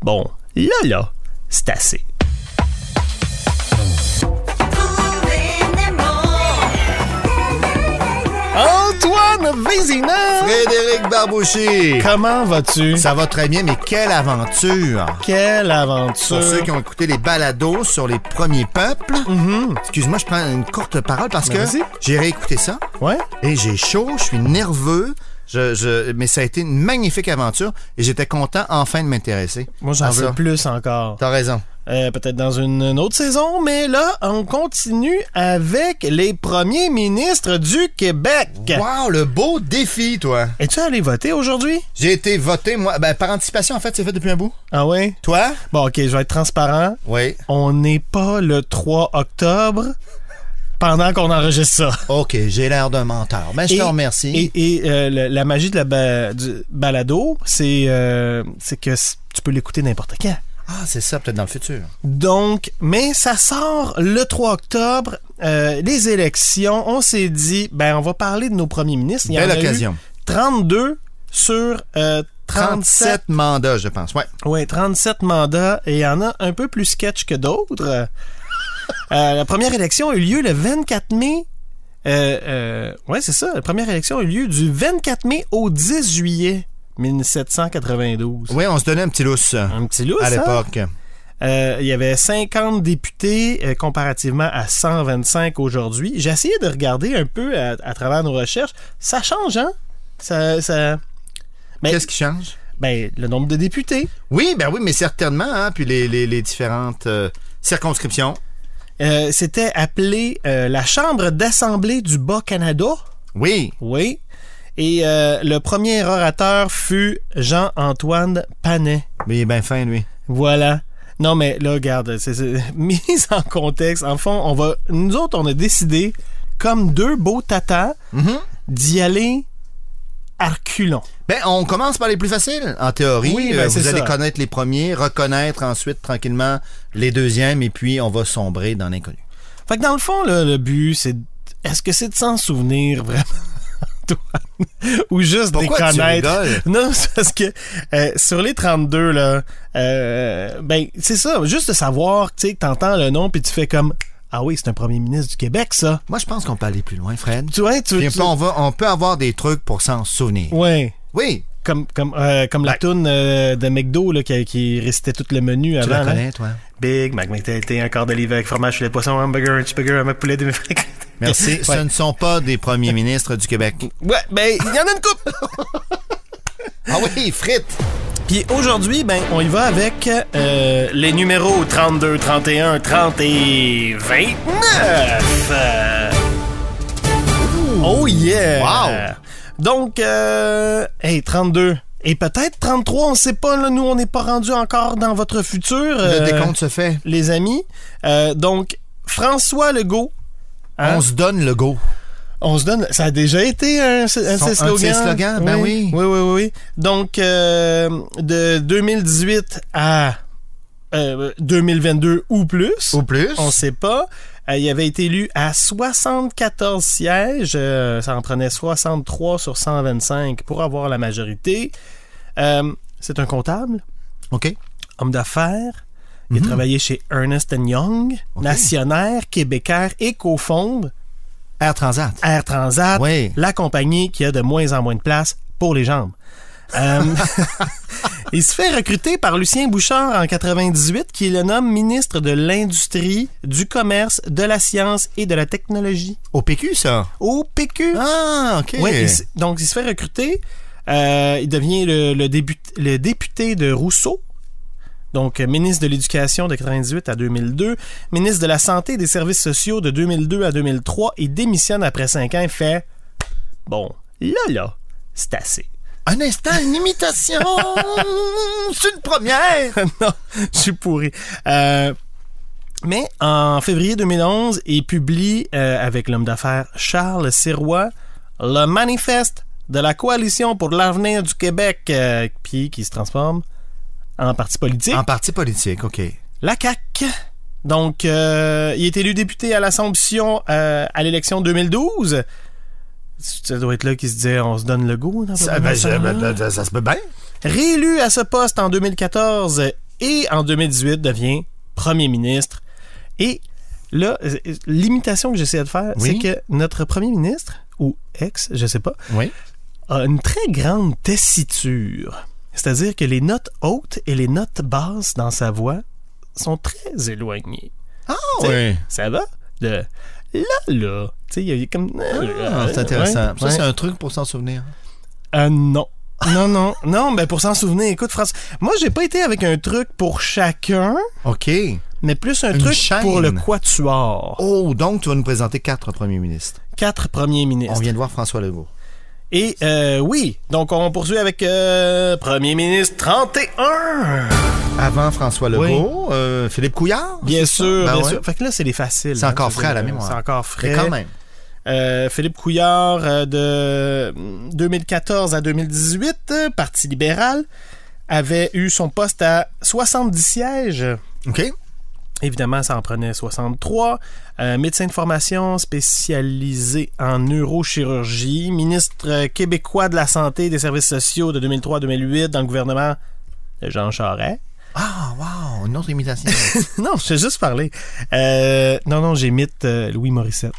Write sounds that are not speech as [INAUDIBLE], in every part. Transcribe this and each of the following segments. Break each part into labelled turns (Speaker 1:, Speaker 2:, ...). Speaker 1: Bon, là, là, c'est assez. Antoine Vézina!
Speaker 2: Frédéric Barbouchi.
Speaker 1: Comment vas-tu?
Speaker 2: Ça va très bien, mais quelle aventure!
Speaker 1: Quelle
Speaker 2: Pour
Speaker 1: aventure!
Speaker 2: ceux qui ont écouté les balados sur les premiers peuples,
Speaker 1: Mhm.
Speaker 2: excuse-moi, je prends une courte parole parce
Speaker 1: Mais
Speaker 2: que
Speaker 1: Ben, vas-y.
Speaker 2: j'ai réécouté ça
Speaker 1: Ouais?
Speaker 2: et j'ai chaud, je suis nerveux, je, je- mais ça a été une magnifique aventure et j'étais content enfin de m'intéresser.
Speaker 1: Moi, j'en
Speaker 2: Ah,
Speaker 1: veux
Speaker 2: ça.
Speaker 1: plus encore.
Speaker 2: T'as raison.
Speaker 1: Euh, Peut-être dans une, une autre saison, mais là, on continue avec les premiers ministres du Québec.
Speaker 2: Wow, le beau défi, toi!
Speaker 1: Es-tu allé voter aujourd'hui?
Speaker 2: J'ai été voté, moi, ben, par anticipation, en fait, c'est fait depuis un bout.
Speaker 1: Ah ouais?
Speaker 2: Toi?
Speaker 1: Bon, ok, je vais être transparent.
Speaker 2: Oui.
Speaker 1: On n'est pas le 3 octobre pendant qu'on enregistre ça.
Speaker 2: OK, j'ai l'air d'un menteur, mais je
Speaker 1: Et-
Speaker 2: te remercie.
Speaker 1: Et, et, euh, le- la magie de la ba- du balado, c'est euh, c'est que c- tu peux l'écouter n'importe quand.
Speaker 2: Ah, c'est ça, peut-être dans le futur.
Speaker 1: Donc, mais ça sort le 3 octobre, euh, les élections. On s'est dit, ben, on va parler de nos premiers ministres. Il y en
Speaker 2: Belle
Speaker 1: a eu
Speaker 2: occasion.
Speaker 1: 32 sur euh, 37.
Speaker 2: 37 mandats, je pense. Ouais.
Speaker 1: Ouais, 37 mandats et il y en a un peu plus sketch que d'autres.
Speaker 2: [LAUGHS]
Speaker 1: Euh, la première élection a eu lieu le 24 mai. Euh, euh, ouais, c'est ça. La première élection a eu lieu du 24 mai au 10 juillet 1792.
Speaker 2: Oui, on se donnait un petit lousse euh,
Speaker 1: Un petit lousse,
Speaker 2: à
Speaker 1: hein?
Speaker 2: l'époque.
Speaker 1: Euh, Il y avait 50 députés euh, comparativement à 125 aujourd'hui. J'ai essayé de regarder un peu à, à travers nos recherches. Ça change, hein? Ça, ça- Ben,
Speaker 2: Qu'est-ce qui change?
Speaker 1: ben, le nombre de députés.
Speaker 2: Oui, ben oui, mais certainement. hein, puis les, les- les différentes euh, circonscriptions.
Speaker 1: Euh, c'était appelé euh, la Chambre d'Assemblée du Bas-Canada.
Speaker 2: Oui.
Speaker 1: Oui. Et euh, le premier orateur fut Jean-Antoine Panet.
Speaker 2: Mais il est bien fin, lui.
Speaker 1: Voilà. Non, mais là, regarde, c'est c'est- [LAUGHS] mise en contexte. En fond, on va, nous autres, on a décidé, comme deux beaux tatas,
Speaker 2: Mhm.
Speaker 1: d'y aller à reculons.
Speaker 2: Ben, on commence par les plus faciles, en théorie.
Speaker 1: Oui, ben,
Speaker 2: Euh,
Speaker 1: c'est
Speaker 2: vous allez
Speaker 1: ça.
Speaker 2: connaître les premiers, reconnaître ensuite tranquillement les deuxièmes, et puis on va sombrer dans l'inconnu.
Speaker 1: Fait que dans le fond, là, le but, c'est. d- Est-ce que c'est de s'en souvenir vraiment, [LAUGHS] Antoine? Ou juste de
Speaker 2: Pourquoi tu
Speaker 1: connaître?
Speaker 2: rigoles?
Speaker 1: Non, [LAUGHS] c'est parce que euh, sur les 32, là, euh, ben, c'est ça, juste de savoir, tu sais, que t'entends le nom, puis tu fais comme, ah oui, c'est un premier ministre du Québec, ça.
Speaker 2: Moi, je pense qu'on peut aller plus loin, Fred.
Speaker 1: Tu vois, tu,
Speaker 2: Puis
Speaker 1: tu-
Speaker 2: on, va- on peut avoir des trucs pour s'en souvenir.
Speaker 1: Ouais.
Speaker 2: Oui,
Speaker 1: Comme, comme, euh, comme la toune euh, de McDo là, qui, qui récitait tout le menu
Speaker 2: tu
Speaker 1: avant.
Speaker 2: la
Speaker 1: là.
Speaker 2: connais, toi.
Speaker 1: Big Mac McTaté, un quart d'olive avec fromage, filet de poisson, hamburger, un cheeseburger, un Mac poulet, demi [LAUGHS]
Speaker 2: Merci. Ce ne sont pas des premiers ministres du Québec.
Speaker 1: Ouais, ben, il y en a une coupe!
Speaker 2: Ah oui, frites!
Speaker 1: Puis aujourd'hui, ben, on y va avec euh, les numéros 32, 31, 30 et 29. Euh, Oh yeah! Wow! Donc, euh, hey, 32. Et peut-être 33, on sait pas, là, nous, on n'est pas rendu encore dans votre futur.
Speaker 2: Le
Speaker 1: euh,
Speaker 2: décompte se fait.
Speaker 1: Les amis. Euh, donc, François Legault. hein,
Speaker 2: On se donne le go.
Speaker 1: on se donne. Ça a déjà été un, un, de ses
Speaker 2: Son- un de ses
Speaker 1: slogans.
Speaker 2: slogans, ben oui.
Speaker 1: Oui, oui, oui. oui. Donc, euh, de 2018 à euh, 2022 ou plus,
Speaker 2: Ou plus.
Speaker 1: on sait pas. euh, il avait été élu à 74 sièges. euh, ça en prenait 63 sur 125 pour avoir la majorité. Euh, C'est un comptable,
Speaker 2: OK.
Speaker 1: homme d'affaires. Il a travaillé chez Ernest Young,
Speaker 2: Mhm. Ok.
Speaker 1: nationnaire, québécois et cofonde.
Speaker 2: Air Transat.
Speaker 1: Air Transat,
Speaker 2: Oui.
Speaker 1: la compagnie qui a de moins en moins de place pour les jambes. Euh, il se fait recruter par Lucien Bouchard en 98, qui le nomme ministre de l'Industrie, du Commerce, de la Science et de la Technologie
Speaker 2: Au PQ, ça.
Speaker 1: au PQ.
Speaker 2: Ah, OK.
Speaker 1: Ouais, il se- donc, il se fait recruter. Euh, il devient le, le début- le député de Rousseau. Donc, euh, ministre de l'Éducation de 98 à 2002, ministre de la Santé et des Services sociaux de 2002 à 2003, et démissionne après 5 ans et fait Bon, là, là, c'est assez.
Speaker 2: Un instant, une imitation. C'est une première.
Speaker 1: [LAUGHS] non, je suis pourri. Euh, mais en février 2011, il publie euh, avec l'homme d'affaires Charles Sirois le manifeste de la coalition pour l'avenir du Québec, euh, puis qui se transforme en parti politique.
Speaker 2: En parti politique, OK.
Speaker 1: La CAQ. Donc, euh, il est élu député à l'Assomption euh, à l'élection 2012. Ça doit être là qu'il se disait on se donne le goût. dans
Speaker 2: Ça,
Speaker 1: pas
Speaker 2: ben,
Speaker 1: mal
Speaker 2: je-
Speaker 1: ça, hein?
Speaker 2: ben, ça- ça se peut bien.
Speaker 1: Réélu à ce poste en 2014, et en 2018 devient premier ministre. Et là, euh, l'imitation que j'essayais de faire,
Speaker 2: Oui.
Speaker 1: c'est que notre premier ministre, ou ex, je sais pas,
Speaker 2: Oui.
Speaker 1: a une très grande tessiture. C'est-à-dire que les notes hautes et les notes basses dans sa voix sont très éloignées.
Speaker 2: Ah, oui.
Speaker 1: Ça va? De là, là. Tu sais, il y a- il y a comme.
Speaker 2: Ah, c'est intéressant.
Speaker 1: Ouais,
Speaker 2: Ça, c'est
Speaker 1: ouais.
Speaker 2: un truc pour s'en souvenir.
Speaker 1: Euh, non. [LAUGHS] Non, non. Non, ben pour s'en souvenir, écoute, France. Moi, j'ai pas été avec un truc pour chacun,
Speaker 2: OK.
Speaker 1: mais plus un
Speaker 2: Une
Speaker 1: truc
Speaker 2: chaîne.
Speaker 1: pour le quatuor.
Speaker 2: Oh, donc tu vas nous présenter quatre premiers ministres.
Speaker 1: Quatre premiers
Speaker 2: On
Speaker 1: ministres.
Speaker 2: vient de voir François Legault.
Speaker 1: Et euh, oui, donc on poursuit avec euh, Premier ministre 31.
Speaker 2: Avant François Legault, euh, Philippe Couillard.
Speaker 1: Bien sûr,
Speaker 2: Ben
Speaker 1: bien
Speaker 2: ouais.
Speaker 1: sûr. Fait que là, c'est les faciles.
Speaker 2: C'est
Speaker 1: hein,
Speaker 2: encore
Speaker 1: ça,
Speaker 2: frais à la
Speaker 1: c'est-
Speaker 2: mémoire.
Speaker 1: C'est encore frais.
Speaker 2: Mais quand même.
Speaker 1: Euh, Philippe Couillard euh, de mm, 2014 à 2018, euh, Parti libéral, avait eu son poste à 70 sièges.
Speaker 2: OK.
Speaker 1: Évidemment, ça en prenait 63. Euh, médecin de formation spécialisé en neurochirurgie, ministre euh, québécois de la Santé et des Services sociaux de 2003 à 2008 dans le gouvernement de Jean Charest. [LAUGHS]
Speaker 2: Ah, wow, une autre imitation.
Speaker 1: non, je t'ai juste parlé. Euh, non, non, j'imite euh, Louis Morissette,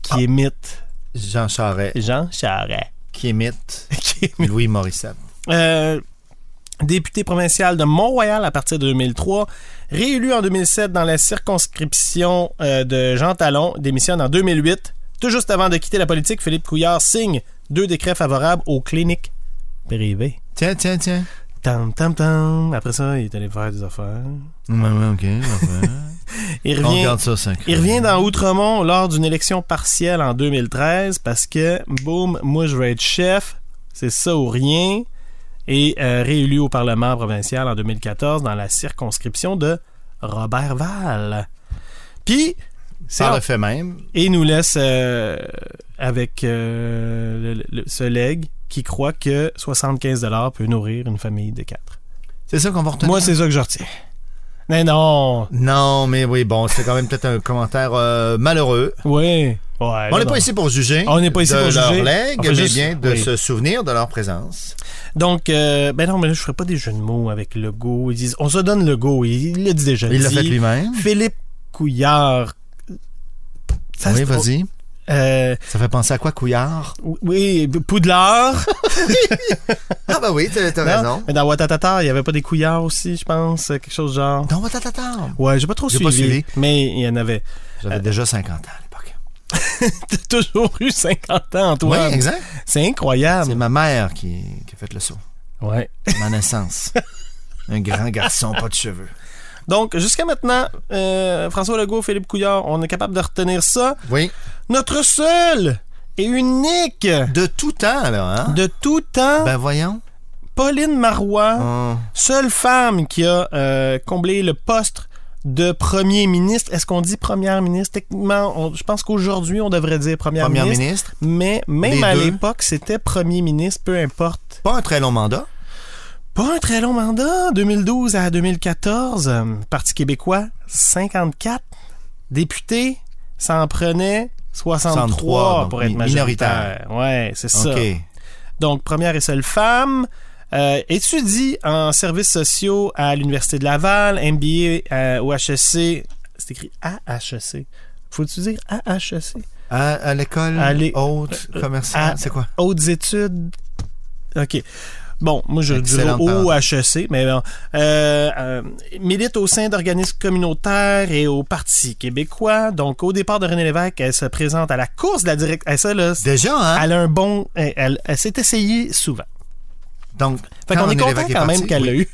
Speaker 1: qui imite
Speaker 2: [LAUGHS] Jean Charest,
Speaker 1: Jean Charest. [LAUGHS]
Speaker 2: qui imite
Speaker 1: Qui imite-
Speaker 2: Louis Morissette.
Speaker 1: Euh, député provincial de Mont-Royal à partir de 2003, réélu en 2007 dans la circonscription euh, de Jean Talon, démissionne en 2008. Tout juste avant de quitter la politique, Philippe Couillard signe deux décrets favorables aux cliniques privées.
Speaker 2: Tiens, tiens, tiens.
Speaker 1: Tam, tam, tam. Après ça, il est allé faire des affaires.
Speaker 2: Ouais, ouais, OK. parfait.
Speaker 1: Il
Speaker 2: On
Speaker 1: revient,
Speaker 2: regarde ça, ça.
Speaker 1: il revient dans Outremont lors d'une élection partielle en 2013 parce que, boum, moi je veux être chef, c'est ça ou rien. Et euh, réélu au Parlement provincial en 2014 dans la circonscription de Robert Val. Puis, c'est
Speaker 2: Par le fait même,
Speaker 1: et il nous laisse euh, avec euh, le- le- ce leg qui croit que 75$ peut nourrir une famille de quatre.
Speaker 2: c'est ça qu'on va retenir.
Speaker 1: Moi, c'est ça que je retiens. Mais non!
Speaker 2: Non, mais oui, bon, c'est quand même peut-être un commentaire euh, malheureux.
Speaker 1: Oui! Ouais,
Speaker 2: On n'est
Speaker 1: là,
Speaker 2: pas
Speaker 1: non.
Speaker 2: ici pour juger.
Speaker 1: On n'est pas ici
Speaker 2: de
Speaker 1: pour
Speaker 2: leur
Speaker 1: juger.
Speaker 2: legs,
Speaker 1: On fait
Speaker 2: mais
Speaker 1: juste-
Speaker 2: bien de
Speaker 1: oui.
Speaker 2: se souvenir de leur présence.
Speaker 1: Donc, euh, ben non, mais là, je ferai pas des jeux de mots avec le go. Ils disent, on se donne le go. Il il l'a dit déjà.
Speaker 2: Il l'a
Speaker 1: dit.
Speaker 2: fait lui-même.
Speaker 1: Philippe Couillard. Ça,
Speaker 2: oui,
Speaker 1: c'est-
Speaker 2: vas-y.
Speaker 1: Euh,
Speaker 2: Ça fait penser à quoi, Couillard?
Speaker 1: oui, Poudlard.
Speaker 2: [LAUGHS] Ah, bah oui, t'as t'as raison.
Speaker 1: Non, Mais dans Watatata, il y avait pas des couillards aussi, je pense. Quelque chose de genre.
Speaker 2: Non, attends, attends.
Speaker 1: Ouais, j'ai pas trop
Speaker 2: J'ai
Speaker 1: suivi,
Speaker 2: pas suivi.
Speaker 1: Mais il y en avait. [LAUGHS]
Speaker 2: J'avais déjà 50 ans à l'époque.
Speaker 1: T'as toujours eu 50 ans,
Speaker 2: Oui,
Speaker 1: Antoine.
Speaker 2: exact.
Speaker 1: c'est
Speaker 2: C'est
Speaker 1: incroyable.
Speaker 2: ma mère qui, qui a fait le saut.
Speaker 1: Ouais. [LAUGHS]
Speaker 2: Ma naissance. Un grand garçon, pas de cheveux.
Speaker 1: Donc, jusqu'à maintenant, euh, François Legault, Philippe Couillard, on est capable de retenir ça.
Speaker 2: Oui.
Speaker 1: Notre seul et unique
Speaker 2: De tout temps, là, hein?
Speaker 1: de tout temps, Hein?
Speaker 2: Ben voyons.
Speaker 1: Pauline Marois,
Speaker 2: Oh.
Speaker 1: seule femme qui a euh, comblé le poste de premier ministre. Est-ce qu'on dit première ministre? Techniquement, on- je pense qu'aujourd'hui, on devrait dire première,
Speaker 2: Première
Speaker 1: ministre,
Speaker 2: ministre.
Speaker 1: Mais même
Speaker 2: Les
Speaker 1: à
Speaker 2: deux.
Speaker 1: l'époque, c'était premier ministre, peu importe.
Speaker 2: Pas un très long mandat.
Speaker 1: Pas un très long mandat, 2012 à 2014. euh, Parti québécois, 54 députés s'en prenait 63,
Speaker 2: 63, donc
Speaker 1: pour être
Speaker 2: mi-
Speaker 1: majoritaire. Ouais, c'est ça.
Speaker 2: OK.
Speaker 1: Donc, première et seule femme. Euh, étudie en services sociaux à l'Université de Laval, MBA euh, au HEC. C'est écrit E AHEC. Faut-tu dire AHEC?
Speaker 2: À, à l'école
Speaker 1: Allez.
Speaker 2: haute commerciale.
Speaker 1: euh, à-
Speaker 2: C'est quoi?
Speaker 1: Hautes études. OK. Bon, moi je dirais
Speaker 2: Excellente
Speaker 1: OHEC, E mais bon. Euh, euh, milite au sein d'organismes communautaires et au Parti québécois. Donc, au départ de René Lévesque, elle se présente à la course de la direction. Ça, là,
Speaker 2: Déjà, hein?
Speaker 1: elle a un bon. Elle, elle- elle s'est essayée souvent.
Speaker 2: Donc,
Speaker 1: Fait
Speaker 2: quand
Speaker 1: qu'on est
Speaker 2: René
Speaker 1: content
Speaker 2: Lévesque est
Speaker 1: quand
Speaker 2: parti,
Speaker 1: même qu'elle
Speaker 2: oui.
Speaker 1: l'a eu.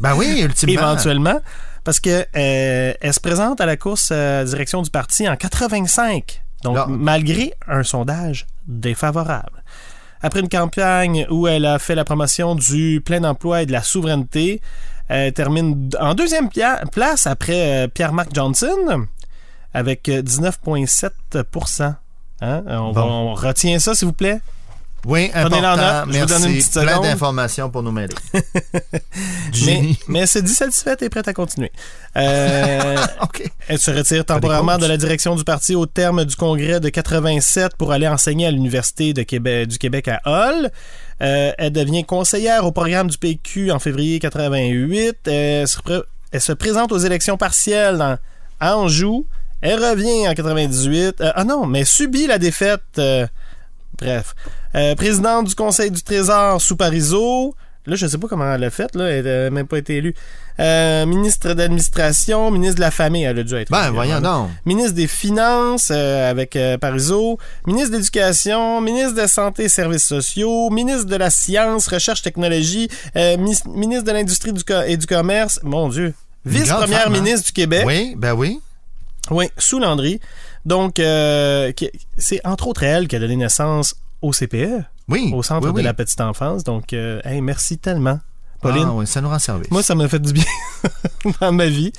Speaker 2: Ben oui, ultimement.
Speaker 1: éventuellement. Parce que euh, elle se présente à la course euh, direction du parti en 85. Donc,
Speaker 2: Là.
Speaker 1: malgré un sondage défavorable. Après une campagne où elle a fait la promotion du plein emploi et de la souveraineté, elle termine d- en deuxième pia- place après euh, Pierre-Marc Johnson avec euh, 19,7 Hein? Euh, On, va-
Speaker 2: Bon.
Speaker 1: on retient ça, s'il vous plaît.
Speaker 2: Oui,
Speaker 1: Prenez-la en
Speaker 2: important.
Speaker 1: note, je vous donne une
Speaker 2: Merci.
Speaker 1: petite
Speaker 2: Plein
Speaker 1: seconde.
Speaker 2: d'informations pour nous
Speaker 1: [LAUGHS]
Speaker 2: mêler. Du
Speaker 1: Mais,
Speaker 2: génie.
Speaker 1: mais elle se dit satisfaite et prête à continuer.
Speaker 2: [LAUGHS]
Speaker 1: Euh,
Speaker 2: OK.
Speaker 1: Elle se retire
Speaker 2: des
Speaker 1: temporairement
Speaker 2: coachs.
Speaker 1: de la direction du parti au terme du congrès de 87 pour aller enseigner à l'Université de Québec, du Québec à Hull. Euh, elle devient conseillère au programme du PQ en février 88. Elle se, pré- elle se présente aux élections partielles dans- à Anjou. Elle revient en 98. Euh, ah non, mais subit la défaite. euh, bref. Euh, présidente du Conseil du Trésor sous Parizeau. Là, je ne sais pas comment elle l'a fait. Là. Elle n'a même pas été élue. Euh, ministre d'administration, ministre de la famille, elle a dû être.
Speaker 2: Ben,
Speaker 1: élue,
Speaker 2: voyons
Speaker 1: évidemment
Speaker 2: donc.
Speaker 1: ministre des Finances euh, avec euh, Parizeau, ministre de l'Éducation, ministre de la Santé et Services sociaux, ministre de la Science, Recherche, Technologie, euh, mis- ministre de l'Industrie du co- et du Commerce, mon Dieu,
Speaker 2: Une grande
Speaker 1: vice-première
Speaker 2: femme, hein?
Speaker 1: ministre du Québec, oui,
Speaker 2: Oui, ben oui.
Speaker 1: sous Landry. Donc, euh, qui- c'est entre autres elle qui a donné naissance au CPE,
Speaker 2: Oui.
Speaker 1: au Centre
Speaker 2: oui, oui.
Speaker 1: de la Petite Enfance. Donc, euh, hey, merci tellement, Pauline.
Speaker 2: Ah, oui, ça nous rend service.
Speaker 1: Moi, ça m'a fait du bien [LAUGHS] dans ma vie.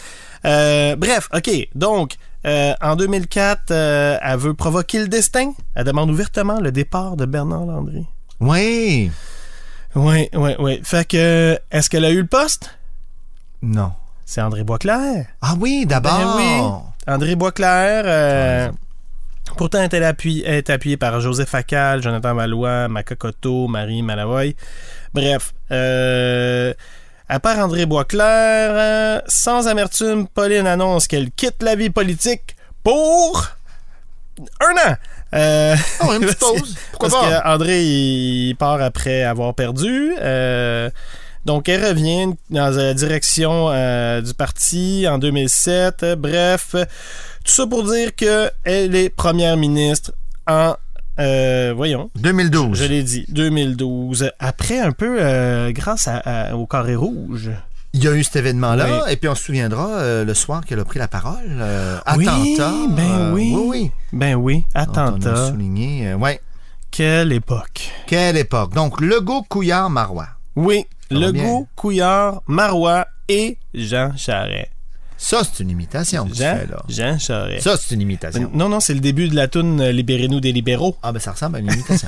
Speaker 1: Euh, bref, OK. Donc, euh, en 2004, euh, elle veut provoquer le destin. Elle demande ouvertement le départ de Bernard Landry.
Speaker 2: Oui.
Speaker 1: Oui, oui, oui. Fait que, euh, est-ce qu'elle a eu le poste?
Speaker 2: Non.
Speaker 1: C'est André Boisclair.
Speaker 2: Ah oui,
Speaker 1: Ben
Speaker 2: d'abord.
Speaker 1: oui. André Boisclair. euh, pourtant, elle est appuyée, est appuyée par Joseph Facal, Jonathan Valois, Maka Cotto, Marie Malavoy. Bref. euh, à part André Boisclair, euh, sans amertume, Pauline annonce qu'elle quitte la vie politique pour un an. Euh,
Speaker 2: Ah oui, une
Speaker 1: [LAUGHS]
Speaker 2: petite
Speaker 1: Parce que-
Speaker 2: pause. Pourquoi
Speaker 1: parce
Speaker 2: pas?
Speaker 1: que André, il part après avoir perdu. euh, donc, elle revient dans la direction euh, du parti en 2007. Euh, Bref, tout ça pour dire que elle est première ministre en, euh, voyons,
Speaker 2: 2012.
Speaker 1: je l'ai dit, 2012. Après un peu, euh, grâce à- à- au carré rouge.
Speaker 2: Il y a eu cet événement-là, et puis on se souviendra euh, le soir qu'elle a pris la parole. euh,
Speaker 1: Oui,
Speaker 2: attentat.
Speaker 1: ben
Speaker 2: euh,
Speaker 1: oui.
Speaker 2: Oui, oui.
Speaker 1: Ben oui,
Speaker 2: Dont On a
Speaker 1: attentat.
Speaker 2: souligné. euh, ouais.
Speaker 1: Quelle époque.
Speaker 2: Quelle époque. Donc, Legault, Couillard, Marois.
Speaker 1: Oui,
Speaker 2: va
Speaker 1: Legault,
Speaker 2: bien.
Speaker 1: Couillard, Marois et Jean Charest.
Speaker 2: Ça, c'est une imitation. que tu
Speaker 1: Jean,
Speaker 2: fais, là.
Speaker 1: Jean Charest.
Speaker 2: Ça, c'est une
Speaker 1: Ben,
Speaker 2: imitation.
Speaker 1: Non, non, c'est le début de la toune euh, Libérez-nous des libéraux.
Speaker 2: Ah, ben ça ressemble à une
Speaker 1: [LAUGHS]
Speaker 2: imitation.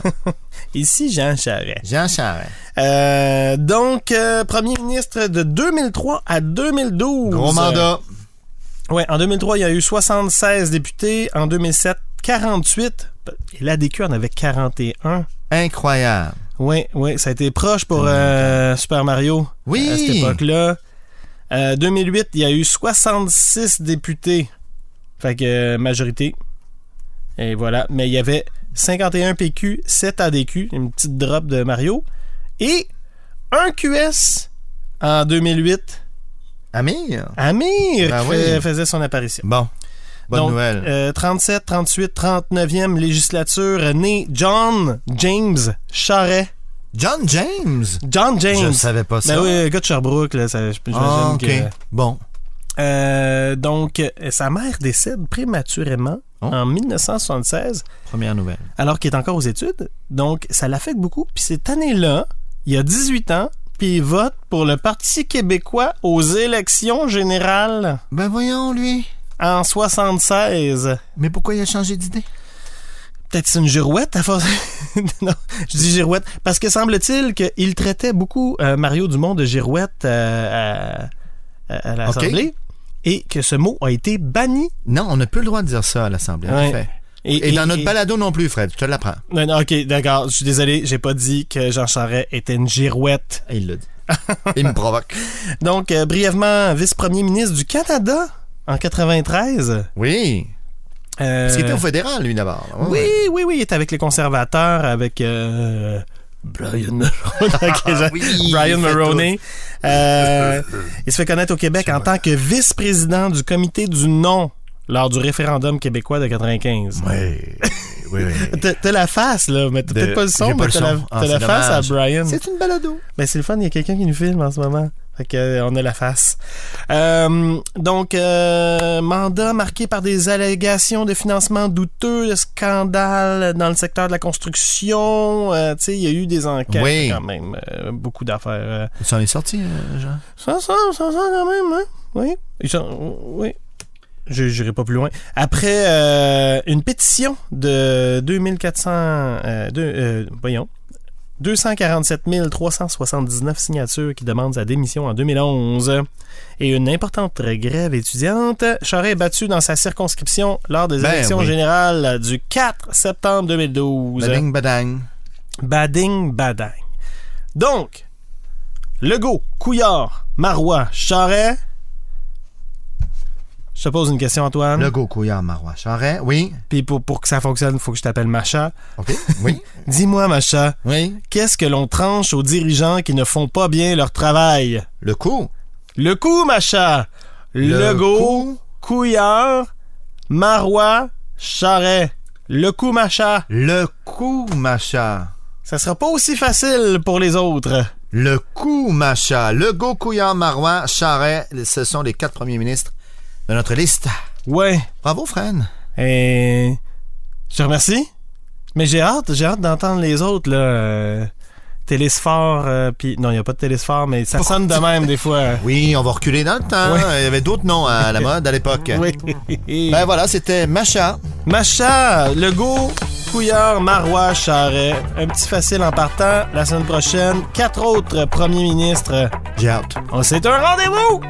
Speaker 1: Ici, Jean Charest.
Speaker 2: Jean Charest.
Speaker 1: Euh, donc, euh, premier ministre de 2003 à 2012.
Speaker 2: Gros mandat.
Speaker 1: Euh, ouais, en 2003, il y a eu 76 députés. En 2007, 48. Et l'ADQ en avait 41.
Speaker 2: Incroyable.
Speaker 1: Oui, oui, ça a été proche pour euh, Super Mario
Speaker 2: Oui.
Speaker 1: à cette époque-là. Euh, 2008, il y a eu 66 députés. Fait que euh, majorité. Et voilà. Mais il y avait 51 PQ, 7 ADQ, une petite drop de Mario. Et un QS en 2008.
Speaker 2: Amir.
Speaker 1: Amir
Speaker 2: Ben
Speaker 1: qui
Speaker 2: oui.
Speaker 1: fait- faisait son apparition.
Speaker 2: Bon. Bonne
Speaker 1: Donc,
Speaker 2: nouvelle.
Speaker 1: euh, 37, 38, 39e législature, né John James Charret.
Speaker 2: John James.
Speaker 1: John
Speaker 2: Je
Speaker 1: James.
Speaker 2: ne savais pas ça.
Speaker 1: Ben oui, le gars de Sherbrooke, là, ça, je- j'imagine
Speaker 2: Ah, OK.
Speaker 1: que...
Speaker 2: Bon.
Speaker 1: Euh, donc, euh, sa mère décède prématurément
Speaker 2: Oh.
Speaker 1: en 1976,
Speaker 2: Première nouvelle.
Speaker 1: alors qu'il est encore aux études. Donc, ça l'affecte beaucoup. Puis cette année-là, il a 18 ans, puis il vote pour le Parti québécois aux élections générales
Speaker 2: Ben voyons, lui.
Speaker 1: en 76.
Speaker 2: Mais pourquoi il a changé d'idée?
Speaker 1: Peut-être c'est une girouette à force. [LAUGHS] non, je dis girouette. Parce que semble-t-il qu'il traitait beaucoup euh, Mario Dumont de girouette euh, à, à- à l'Assemblée. Et que ce mot a été banni.
Speaker 2: Non, on n'a plus le droit de dire ça à l'Assemblée. en
Speaker 1: Ouais.
Speaker 2: effet. Et, dans notre balado non plus, Fred. Je te l'apprends.
Speaker 1: Non, non, ok, d'accord. Je suis désolé, j'ai pas dit que Jean Charest était une girouette.
Speaker 2: Et Ah, il l'a dit. [LAUGHS] il me provoque.
Speaker 1: Donc, euh, brièvement, vice-premier ministre du Canada en 93.
Speaker 2: Oui.
Speaker 1: Euh,
Speaker 2: Parce qu'il était au fédéral, lui, d'abord. Ouais.
Speaker 1: Oui, oui, oui, il était avec les conservateurs, avec euh, Brian [LAUGHS] Mulroney.
Speaker 2: Ah, [LAUGHS] oui,
Speaker 1: Brian
Speaker 2: il fait
Speaker 1: Mulroney. Euh, il se fait connaître au Québec en tant que vice-président du comité du non lors du référendum québécois de 95.
Speaker 2: Oui. Oui, [LAUGHS] oui.
Speaker 1: T'as t'as la face, là, mais t'as
Speaker 2: De-
Speaker 1: peut-être pas le
Speaker 2: j'ai
Speaker 1: son, mais
Speaker 2: pas le
Speaker 1: t'as la,
Speaker 2: son. Ah,
Speaker 1: t'as la
Speaker 2: c'est
Speaker 1: face à
Speaker 2: dommage.
Speaker 1: Brian.
Speaker 2: C'est une balado.
Speaker 1: Ben c'est le fun, il y a quelqu'un qui nous filme en ce moment. Fait que, euh, on a la face. Euh, donc, euh, mandat marqué par des allégations de financement douteux, de scandales dans le secteur de la construction. Euh, tu sais, il y a eu des enquêtes
Speaker 2: Oui.
Speaker 1: quand même. euh, beaucoup d'affaires. euh.
Speaker 2: Tu en es sorti, euh, Jean?
Speaker 1: Ça, ça, ça, ça quand même, hein? Oui. Ils sont- oui. Je n'irai pas plus loin. Après euh, une pétition de 2400... euh, deux- euh, voyons. 247 379 signatures qui demandent sa démission en 2011 et une importante grève étudiante. Charest est battu dans sa circonscription lors des
Speaker 2: Ben
Speaker 1: élections
Speaker 2: oui. Ben,
Speaker 1: générales du 4 septembre 2012.
Speaker 2: Bading, badang.
Speaker 1: Bading, badang. Donc, Legault, Couillard, Marois, Charret. Je te pose une question, Antoine.
Speaker 2: Le Couillard Marois Charret, oui.
Speaker 1: Puis pour, pour que ça fonctionne, il faut que je t'appelle Macha.
Speaker 2: OK, oui.
Speaker 1: Dis-moi, Macha,
Speaker 2: [LAUGHS] oui.
Speaker 1: qu'est-ce que l'on tranche aux dirigeants qui ne font pas bien leur travail?
Speaker 2: Le coup.
Speaker 1: Le coup, Macha!
Speaker 2: Le
Speaker 1: Legault,
Speaker 2: coup.
Speaker 1: Couillard, Marois, Charret. Le coup, Macha.
Speaker 2: Le coup, Macha.
Speaker 1: Ça sera pas aussi facile pour les autres.
Speaker 2: Le coup, Macha. Le go Couillard Marois Charret, ce sont les quatre premiers ministres de notre liste.
Speaker 1: Ouais.
Speaker 2: Bravo, Fran.
Speaker 1: Et je te remercie. Mais j'ai hâte, j'ai hâte d'entendre les autres là. euh, Télésphore, euh, puis non, il y a pas de télésphore, mais ça sonne de même des
Speaker 2: [LAUGHS]
Speaker 1: fois.
Speaker 2: Oui, on va reculer dans le temps. Il y avait d'autres noms hein, à la mode à l'époque.
Speaker 1: Oui.
Speaker 2: Ben voilà, c'était Macha.
Speaker 1: [LAUGHS] Macha, Legault, Couillard, Marois, Charret. Un petit facile en partant. La semaine prochaine, quatre autres premiers ministres.
Speaker 2: J'ai hâte.
Speaker 1: On s'est un rendez-vous.